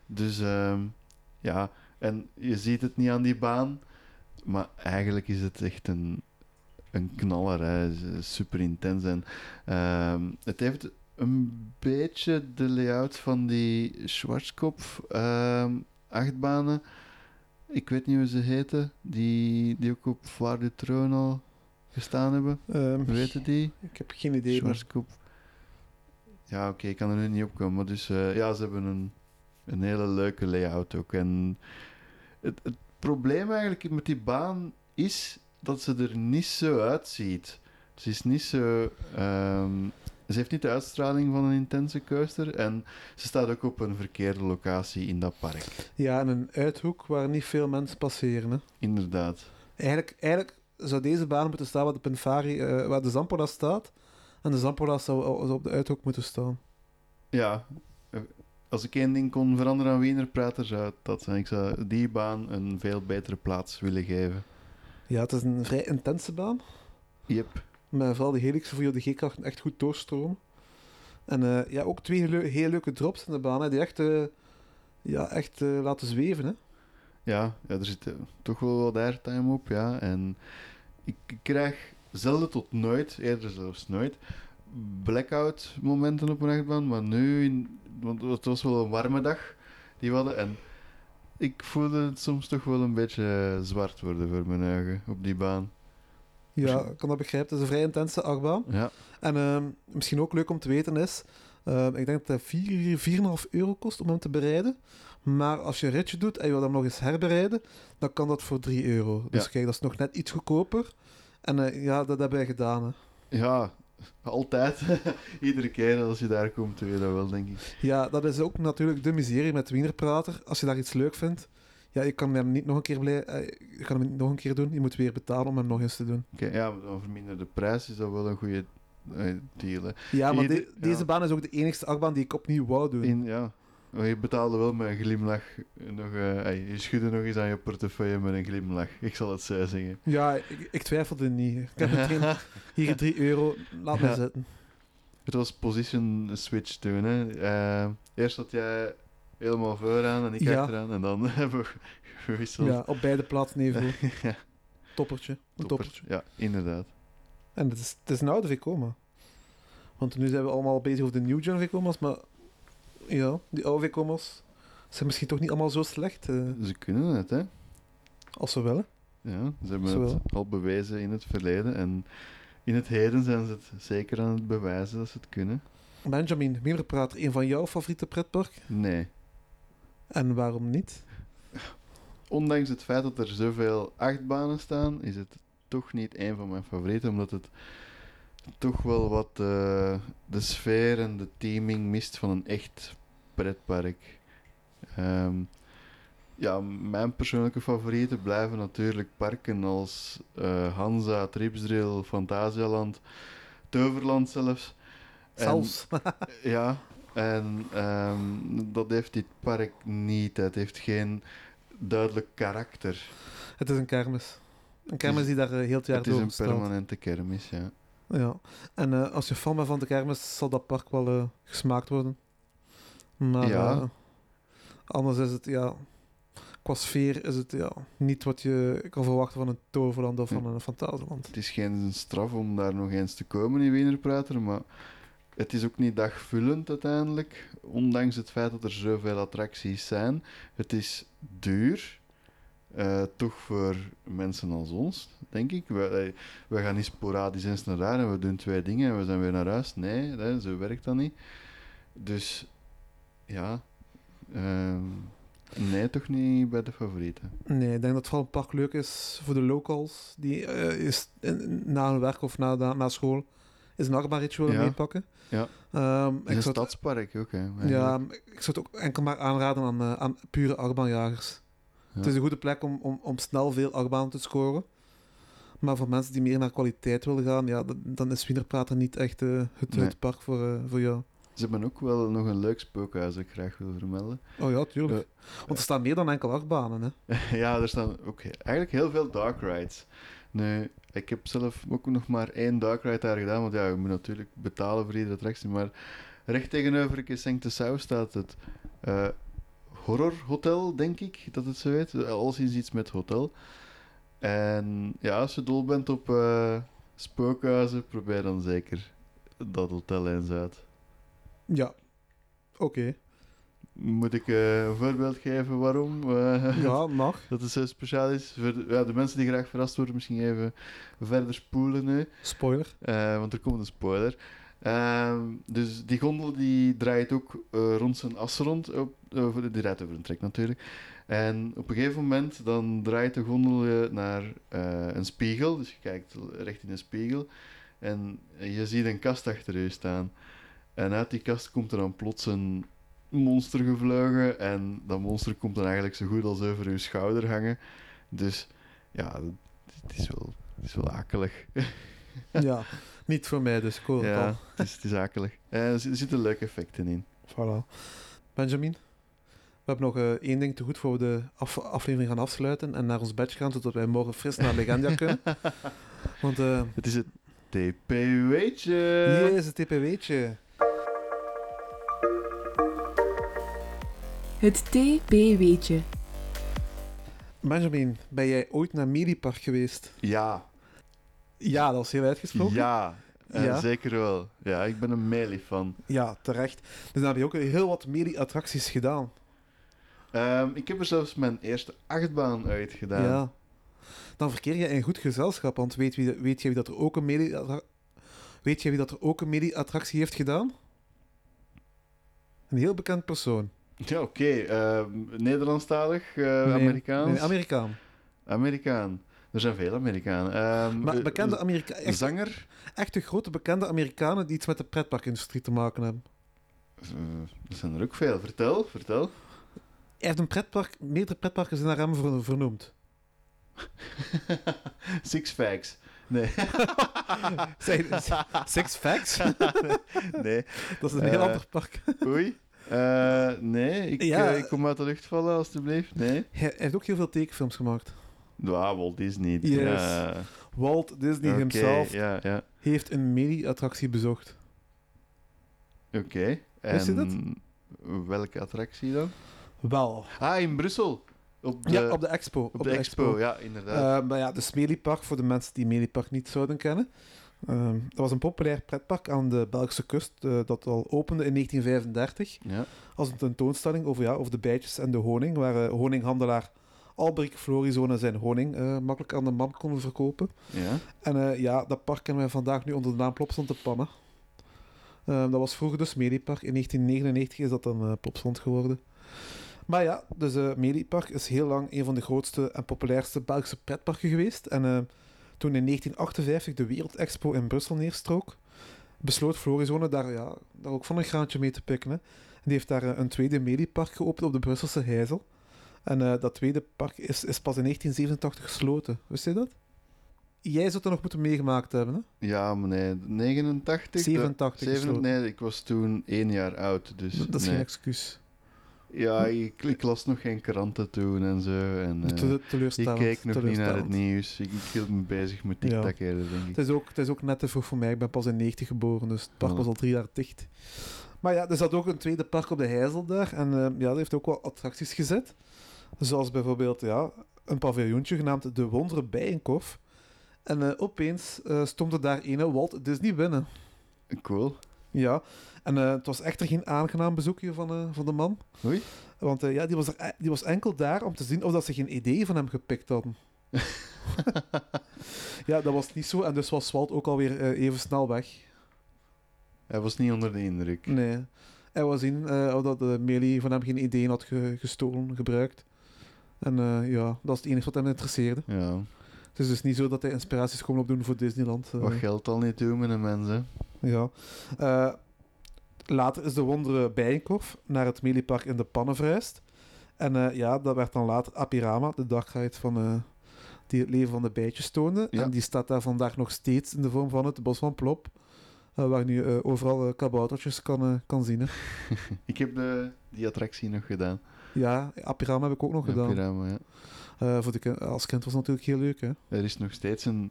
Dus ehm, ja, en je ziet het niet aan die baan, maar eigenlijk is het echt een, een knaller, hè. eh, super intens. En, ehm, het heeft een beetje de layout van die Schwarzkopf ehm, achtbanen. Ik weet niet hoe ze heten, die, die ook op Waar de Troon al gestaan hebben. Ehm, Hoe heette die? ik heb geen idee. maar- Schwarzkopf. Ja, oké, ik kan er nu niet op komen. Maar dus eh, ja, ze hebben een, een hele leuke layout ook. En het, het probleem eigenlijk met die baan is dat ze er niet zo uitziet. Ze is niet zo. ehm, ze heeft niet de uitstraling van een intense coaster. En ze staat ook op een verkeerde locatie in dat park. Ja, en een uithoek waar niet veel mensen passeren. Hè. Inderdaad. Eigenlijk, eigenlijk zou deze baan moeten staan waar de Pinfari, eh, waar de Zampola staat. En de Zampola zou, zou op de uithoek moeten staan. Ja. eh, Als ik één ding kon veranderen aan Wiener Prater, zou het dat zijn. Ik zou die baan een veel betere plaats willen geven. Ja, het is een vrij intense baan. Yep. Met vooral de helixen voor je de G-krachten echt goed doorstromen. En eh, ja, ook twee leu- heel leuke drops in de baan, hè, die echt, eh, ja, echt eh, laten zweven. Hè. Ja, ja, er zit eh, toch wel wat airtime op, ja. En ik krijg zelden tot nooit, eerder zelfs nooit, blackout momenten op mijn achtbaan. Maar nu, in- want het was wel een warme dag die we hadden. En ik voelde het soms toch wel een beetje eh, zwart worden voor mijn ogen op die baan. Ja, ik kan dat begrijpen. Het is een vrij intense achtbaan. Ja, En ehm, misschien ook leuk om te weten is, ehm, ik denk dat het 4,5 euro kost om hem te bereiden. Maar als je een ritje doet en je wil hem nog eens herbereiden, dan kan dat voor 3 euro. Dus Ja. kijk, dat is nog net iets goedkoper. En eh, ja, dat hebben wij gedaan. Hè. ja altijd. Iedere keer als je daar komt, doe je dat wel, denk ik. Ja, dat is ook natuurlijk de miserie met Wienerprater. Als je daar iets leuk vindt, ja, je kan hem niet nog een keer, blij, eh, je kan hem niet nog een keer doen. Je moet weer betalen om hem nog eens te doen. Oké, ja, maar dan verminder de prijs is dat wel een goede eh, deal, hè. Ja, maar Ieder- de- ja. deze baan is ook de enigste achtbaan die ik opnieuw wou doen. In, ja. Maar je betaalde wel met een glimlach. Nog, eh, ey, je schudde nog eens aan je portefeuille met een glimlach. Ik zal het zo zeggen. Ja, ik, ik twijfelde niet. Ik heb meteen, hier 3 euro, laat me Ja. zitten. Het was position switch toen. Hè. Eh, eerst zat jij helemaal vooraan en ik Ja. achteraan. En dan hebben we gewisseld. Ja, op beide plaatsen even goed. Ja, Toppertje. Een topper. toppertje. Ja, inderdaad. En het is, het is een oude Vekoma. Want nu zijn we allemaal bezig over de New Gen Vekomas, maar ja, die oude Vekomas zijn misschien toch niet allemaal zo slecht. eh. Ze kunnen het, hè. Als ze willen. Ja, ze hebben Zowel. het al bewezen in het verleden en in het heden zijn ze het zeker aan het bewijzen dat ze het kunnen. Benjamin, Mierenprater, een van jouw favoriete pretpark? Nee. En waarom niet? Ondanks het feit dat er zoveel achtbanen staan, is het toch niet een van mijn favorieten, omdat het toch wel wat eh, de sfeer en de teaming mist van een echt pretpark. Ehm, ja, mijn persoonlijke favorieten blijven natuurlijk parken als eh, Hansa, Tripsdrill, Fantasialand, Toverland zelfs. En- Zelfs. ja, en ehm, dat heeft dit park niet. Het heeft geen duidelijk karakter. Het is een kermis. Een kermis die daar eh, heel het jaar het is door een bestaat. permanente kermis, ja. Ja. En eh, als je fan bent van de kermis, zal dat park wel eh, gesmaakt worden. Maar Ja. eh, anders is het, ja... Qua sfeer is het ja, niet wat je kan verwachten van een Toverland of Hm. van een Fantasieland. Het is geen straf om daar nog eens te komen in Wienerprater, maar het is ook niet dagvullend uiteindelijk. Ondanks het feit dat er zoveel attracties zijn. Het is duur. eh, toch voor mensen als ons, denk ik. We, eh, we gaan niet sporadisch eens naar daar en we doen twee dingen en we zijn weer naar huis. Nee, hè, zo werkt dat niet. Dus ja, ehm, nee, toch niet bij de favorieten. Nee, ik denk dat het vooral een park leuk is voor de locals. Die eh, is in- na hun werk of na, na, na school is een achtbaanritje willen Ja. meepakken. Ja. Ehm, Het is ik een zou het- stadspark ook, hè. ja, eigenlijk. ik zou het ook enkel maar aanraden aan, eh, aan pure achtbaanjagers. Het is een goede plek om, om, om snel veel achtbaan te scoren. Maar voor mensen die meer naar kwaliteit willen gaan, ja, dan, dan is Wienerprater niet echt eh, het, Nee. het park voor, eh, voor jou. Ze hebben ook wel nog een leuk spookhuis dat ik graag wil vermelden. Oh ja, tuurlijk. Want er staan meer dan enkel achtbanen. Hè. ja, er staan ook he- eigenlijk heel veel dark rides. Nu, ik heb zelf ook nog maar één dark ride daar gedaan, want ja, je moet natuurlijk betalen voor iedere attractie. Maar recht tegenover Kessenkte Sau staat het eh, Horror Hotel, denk ik dat het zo heet. Al sinds iets met hotel. En ja, als je dol bent op eh, spookhuizen, probeer dan zeker dat hotel eens uit. Ja, oké. Moet ik eh, een voorbeeld geven waarom? eh, Ja, mag. Dat het zo speciaal is. Voor de, ja, de mensen die graag verrast worden, misschien even verder spoelen nu. Spoiler. eh, want er komt een spoiler. Ehm, dus die gondel die draait ook eh, rond zijn as rond. Op, over- die rijdt over een trek natuurlijk. En op een gegeven moment dan draait de gondel eh, naar eh, een spiegel. Dus je kijkt recht in een spiegel. En je ziet een kast achter je staan. En uit die kast komt er dan plots een monster gevlogen. En dat monster komt dan eigenlijk zo goed als over je schouder hangen. Dus ja, het is wel, het is wel akelig. Ja, niet voor mij dus. Ik hoor het Ja, al. het is, het is akelig. Eh, er zi- er zitten leuke effecten in. Voilà. Benjamin, we hebben nog eh, één ding te goed voor we de af- aflevering gaan afsluiten en naar ons badge gaan, zodat wij morgen fris naar Legandia kunnen. Want eh Het is het TPU'tje. hier is het TPW'tje. Het TPW'tje. Benjamin, ben jij ooit naar Medipark geweest? Ja, Ja, dat was heel uitgesproken. ja, eh, Ja. zeker wel. Ja, ik ben een melee van. Ja, terecht. Dus dan heb je ook heel wat medi-attracties gedaan. Ehm, ik heb er zelfs mijn eerste achtbaan uit Ja. gedaan. Dan verkeer je in goed gezelschap, want weet, wie, weet jij wie dat er ook een medi Weet jij wie dat er ook een medi-attractie heeft gedaan? Een heel bekend persoon. Ja, oké. eh, Nederlandstalig, eh, Nee, Amerikaans. nee, Amerikaan. Amerikaan. Er zijn veel Amerikanen. Ehm, Maar eh, bekende eh, Amerika echt, zanger? echt de grote bekende Amerikanen die iets met de pretparkindustrie te maken hebben. Eh, er zijn er ook veel. Vertel, vertel. Hij heeft een pretpark, meerdere pretparken zijn naar hem ver- vernoemd. Six Facts. Nee. Zijn- Six Facts? nee. Dat is een heel Eh, ander park. Oei. Eh, nee, ik, Ja. eh, ik kom uit de lucht vallen, alstublieft. Nee. Hij, hij heeft ook heel veel tekenfilms gemaakt. Ja, Walt Disney. Yes. Ja. Walt Disney Oké, himself Ja, ja. heeft een medi-attractie bezocht. Oké. Wist je En Welke attractie dan? Wel. Ah, in Brussel. Op de, ja, op de expo. Op, op de expo. ja, inderdaad. Eh, maar ja, dus Meliepark, voor de mensen die Meliepark niet zouden kennen. Ehm, dat was een populair pretpark aan de Belgische kust, eh, dat al opende in 1935. ja. als een tentoonstelling over, ja, over de bijtjes en de honing, waar eh, honinghandelaar Albrecht Florizone zijn honing eh, makkelijk aan de man konden verkopen. Ja. En eh, ja, dat park kennen wij vandaag nu onder de naam Plopsland te pannen. Ehm, dat was vroeger dus Mediepark. In 1999 is dat dan eh Plopsland geworden. Maar ja, dus eh Mediepark is heel lang een van de grootste en populairste Belgische pretparken geweest. En eh, toen in 1958 de Wereldexpo in Brussel neerstrook, besloot Florizone daar, ja, daar ook van een graantje mee te pikken. Hè. En die heeft daar eh, een tweede Mediepark geopend op de Brusselse Heizel. En eh, dat tweede park is, is pas in 1987 gesloten. Wist je dat? Jij zou het nog moeten meegemaakt hebben, hè? ja, maar nee, 89? dat- 87 is zeven- zo. nee, ik was toen één jaar oud, dus Dat is nee. geen excuus. Ja, ik, ik las nog geen kranten toen en zo. En, Te- eh, te- ik teleurstellend. keek nog niet naar het teleurstellend. nieuws. Ik, ik hield me bezig met TikTok eerder, denk ik. Het is, ook, het is ook net te vroeg voor mij. Ik ben pas in 90 geboren, dus het park Voilà. was al drie jaar dicht. Maar ja, er zat ook een tweede park op de Heizel daar. En eh, ja, dat heeft ook wel attracties gezet. Zoals bijvoorbeeld ja, een paviljoentje genaamd De Wonderen Bijenkorf. En eh, opeens eh, stond er daar ene Walt Disney binnen. Cool. Ja, en eh, het was echter geen aangenaam bezoekje van, eh, van de man. Oei. Want eh, ja, die was, er, e- die was enkel daar om te zien of dat ze geen idee van hem gepikt hadden. ja, dat was niet zo. En dus was Walt ook alweer eh, even snel weg. Hij was niet onder de indruk. Nee. Hij was zien eh, of dat eh Melie van hem geen ideeën had ge- gestolen, gebruikt. En eh, ja, dat is het enige wat hem interesseerde. Ja, Het is dus niet zo dat hij inspiraties kon opdoen voor Disneyland. eh. wat geld al niet doen met de mensen. Ja. Eh, later is de wonderen Bijenkorf naar het Meliepark in de Pannen verhuisd. En eh, ja, dat werd dan later Apirama, de dagride van, eh, die het leven van de bijtjes toonde. Ja. En die staat daar vandaag nog steeds in de vorm van het bos van Plop. eh, waar je nu eh, overal eh, kaboutertjes kan, eh, kan zien. Hè. Ik heb de, die attractie nog gedaan. Ja, Apirama heb ik ook nog Ja, gedaan. Pirama, ja. Eh, voor de kin- als kind was het natuurlijk heel leuk. Hè? Er is nog steeds een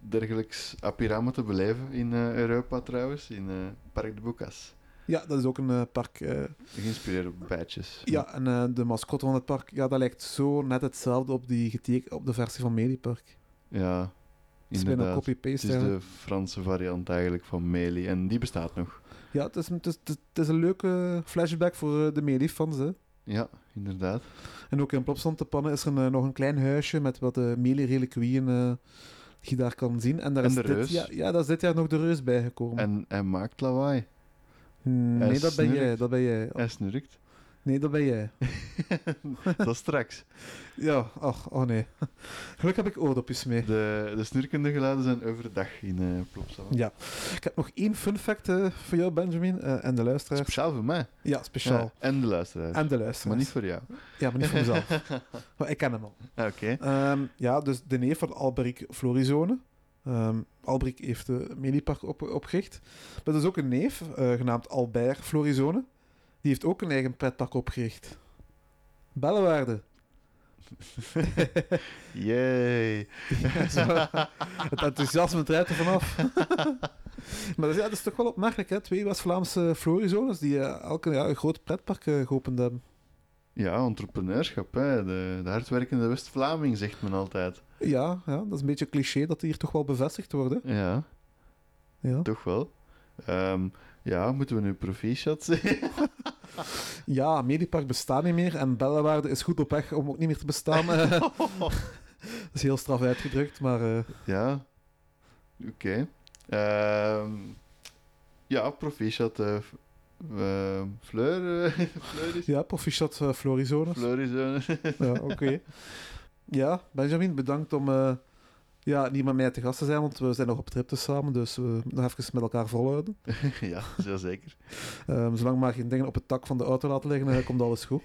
dergelijks Apirama te beleven in eh, Europa trouwens, in eh, Park de Bocas. Ja, dat is ook een eh, park. eh, Geïnspireerd op bijtjes. ja, en eh, de mascotte van het park, ja, dat lijkt zo net hetzelfde op, die gete- op de versie van Meliepark. Ja, Het is bijna inderdaad. Het copy-paste. is eigenlijk. de Franse variant eigenlijk van Melee en die bestaat nog. Ja, het is, het, is, het is- het is een leuke flashback voor eh, de Melee-fans. hè. Ja, inderdaad. En ook in Plopsland te pannen is er een, eh, nog een klein huisje met wat eh Melee-reliquieën eh, die je daar kan zien. En, daar En is de dit, reus. Ja, ja, daar is dit jaar nog de reus bijgekomen. En hij maakt lawaai. hij nee, dat ben snurkt. jij. Dat ben jij. Oh, Hij snurkt. Nee, dat ben jij. Dat is straks. Ja, ach, oh nee. Gelukkig heb ik oordopjes mee. De, de snurkende geluiden zijn overdag in eh Plopsaland. Ja. Ik heb nog één fun fact eh, voor jou, Benjamin, eh, en de luisteraar. Speciaal voor mij. Ja, speciaal. Ja, en de luisteraar. En de Maar luisteraar. niet voor jou. Ja, maar niet voor mezelf. maar ik ken hem al. Oké. Ehm, ja, dus de neef van Albrecht Florizone. Ehm Albrecht heeft de Melipark op, opgericht. Maar er is ook een neef, eh, genaamd Albert Florizone. Die heeft ook een eigen pretpark opgericht. Bellewaarde. Yay. Ja, zo. het enthousiasme draait er vanaf. maar dat is, ja, dat is toch wel opmerkelijk, hè? Twee West-Vlaamse Florizones die eh, elke jaar een groot pretpark eh, geopend hebben. Ja, entrepreneurschap. Hè. De, de hardwerkende West-Vlaming, zegt men altijd. Ja, ja, dat is een beetje cliché dat die hier toch wel bevestigd worden. Ja, Ja, toch wel. Ehm, ja, moeten we nu proficiat zeggen? ja Medipark bestaat niet meer en Bellewaarde is goed op weg om ook niet meer te bestaan. Eh, Dat is heel straf uitgedrukt, maar eh, ja. Oké. Ehm, ja, proficiat. eh, f- ehm, Fleur. eh, Fleur is... ja, proficiat eh, Florizones. Fleur is... eh, Ja, oké. Ja, Benjamin, bedankt om eh, ja, niet met mij te gast te zijn, want we zijn nog op trip dus samen, dus we moeten nog even met elkaar volhouden. ja, zeer zeker. Ehm, zolang maar geen dingen op het tak van de auto laten liggen, eh, komt alles goed.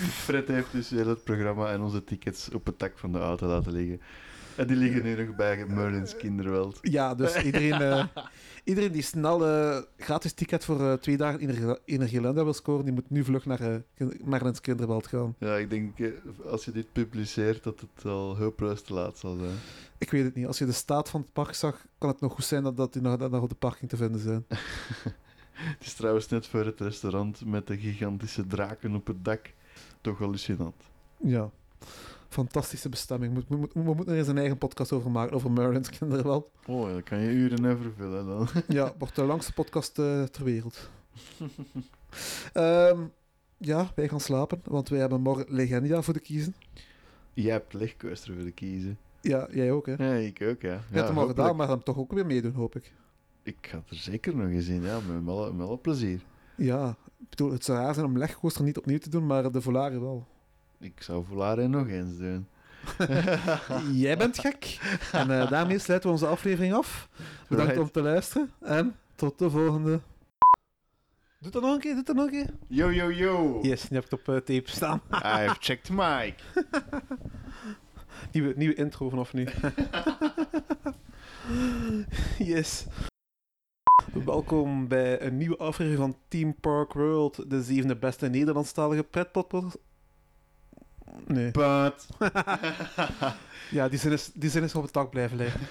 Fred heeft dus heel het programma en onze tickets op het dak van de auto laten liggen. En die liggen nu nog bij Merlin's Kinderwelt. Ja, dus iedereen, eh, iedereen die snel eh, gratis ticket voor eh, twee dagen in Energielanda wil scoren, die moet nu vlug naar eh, Kin- Merlins Kinderbelt gaan. Ja, ik denk eh, als je dit publiceert dat het al hulpeloos te laat zal zijn. Ik weet het niet, als je de staat van het park zag, kan het nog goed zijn dat, dat die nog, dat nog op de parking te vinden zijn. Het is trouwens net voor het restaurant met de gigantische draken op het dak. Toch hallucinant. Ja. Fantastische bestemming. Moet- moet- moet- we moeten er eens een eigen podcast over maken, over Merlin's Kinderwel. Oh, daar kan je uren over vullen dan. Ja, wordt de langste podcast eh, ter wereld. Ehm, Ja, wij gaan slapen, want wij hebben morgen Legendia voor te kiezen. Jij hebt lichtcoaster willen kiezen. Ja, jij ook, hè? Ja, ik ook, ja. Je hebt hem al gedaan, maar hem toch ook weer meedoen, hoop ik. Ik ga het er zeker nog eens in, ja, met wel, met wel plezier. Ja, ik bedoel, het zou raar zijn om Legcoaster niet opnieuw te doen, maar de Volare wel. Ik zou Volare nog eens doen. Jij bent gek. En eh, daarmee sluiten we onze aflevering af. Bedankt Right. om te luisteren en tot de volgende. Doe dat nog een keer, doe dat nog een keer. Yo, yo, yo! Yes, die heb ik op eh, tape staan. I've checked Mike. Nieuwe, nieuwe intro vanaf nu. yes. Welkom bij een nieuwe aflevering van Team Park World, de zevende beste Nederlandstalige pretpodcast. Nee. But... Ja, die zin is, die zin is op het dak blijven liggen.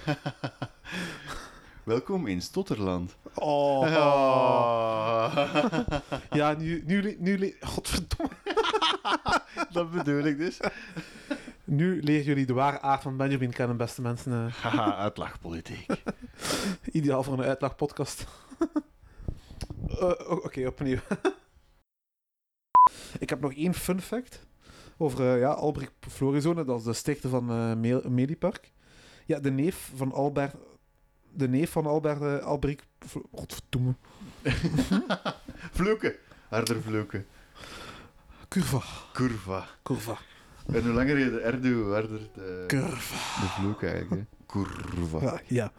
Welkom in Stotterland. Oh. Oh. Ja, nu, nu, le- nu, le- godverdomme. Dat bedoel ik dus. Nu leren jullie de ware aard van Benjamin kennen, beste mensen. Eh, Haha, uitlagpolitiek. ideaal voor een uitlagpodcast. Eh, o- Oké, opnieuw. Ik heb nog één fun fact over eh, ja, Albrecht Florizone, dat is de stichter van eh Mel- Medipark. Ja, de neef van Albert... De neef van Albert... eh, Albrecht... Flo- Godverdomme. vloeken. Harder vloeken. Curva. Curva. Curva. En hoe langer je de R doet, hoe harder de, Curva. de vloek eigenlijk. hè. Curva. Ja, ja.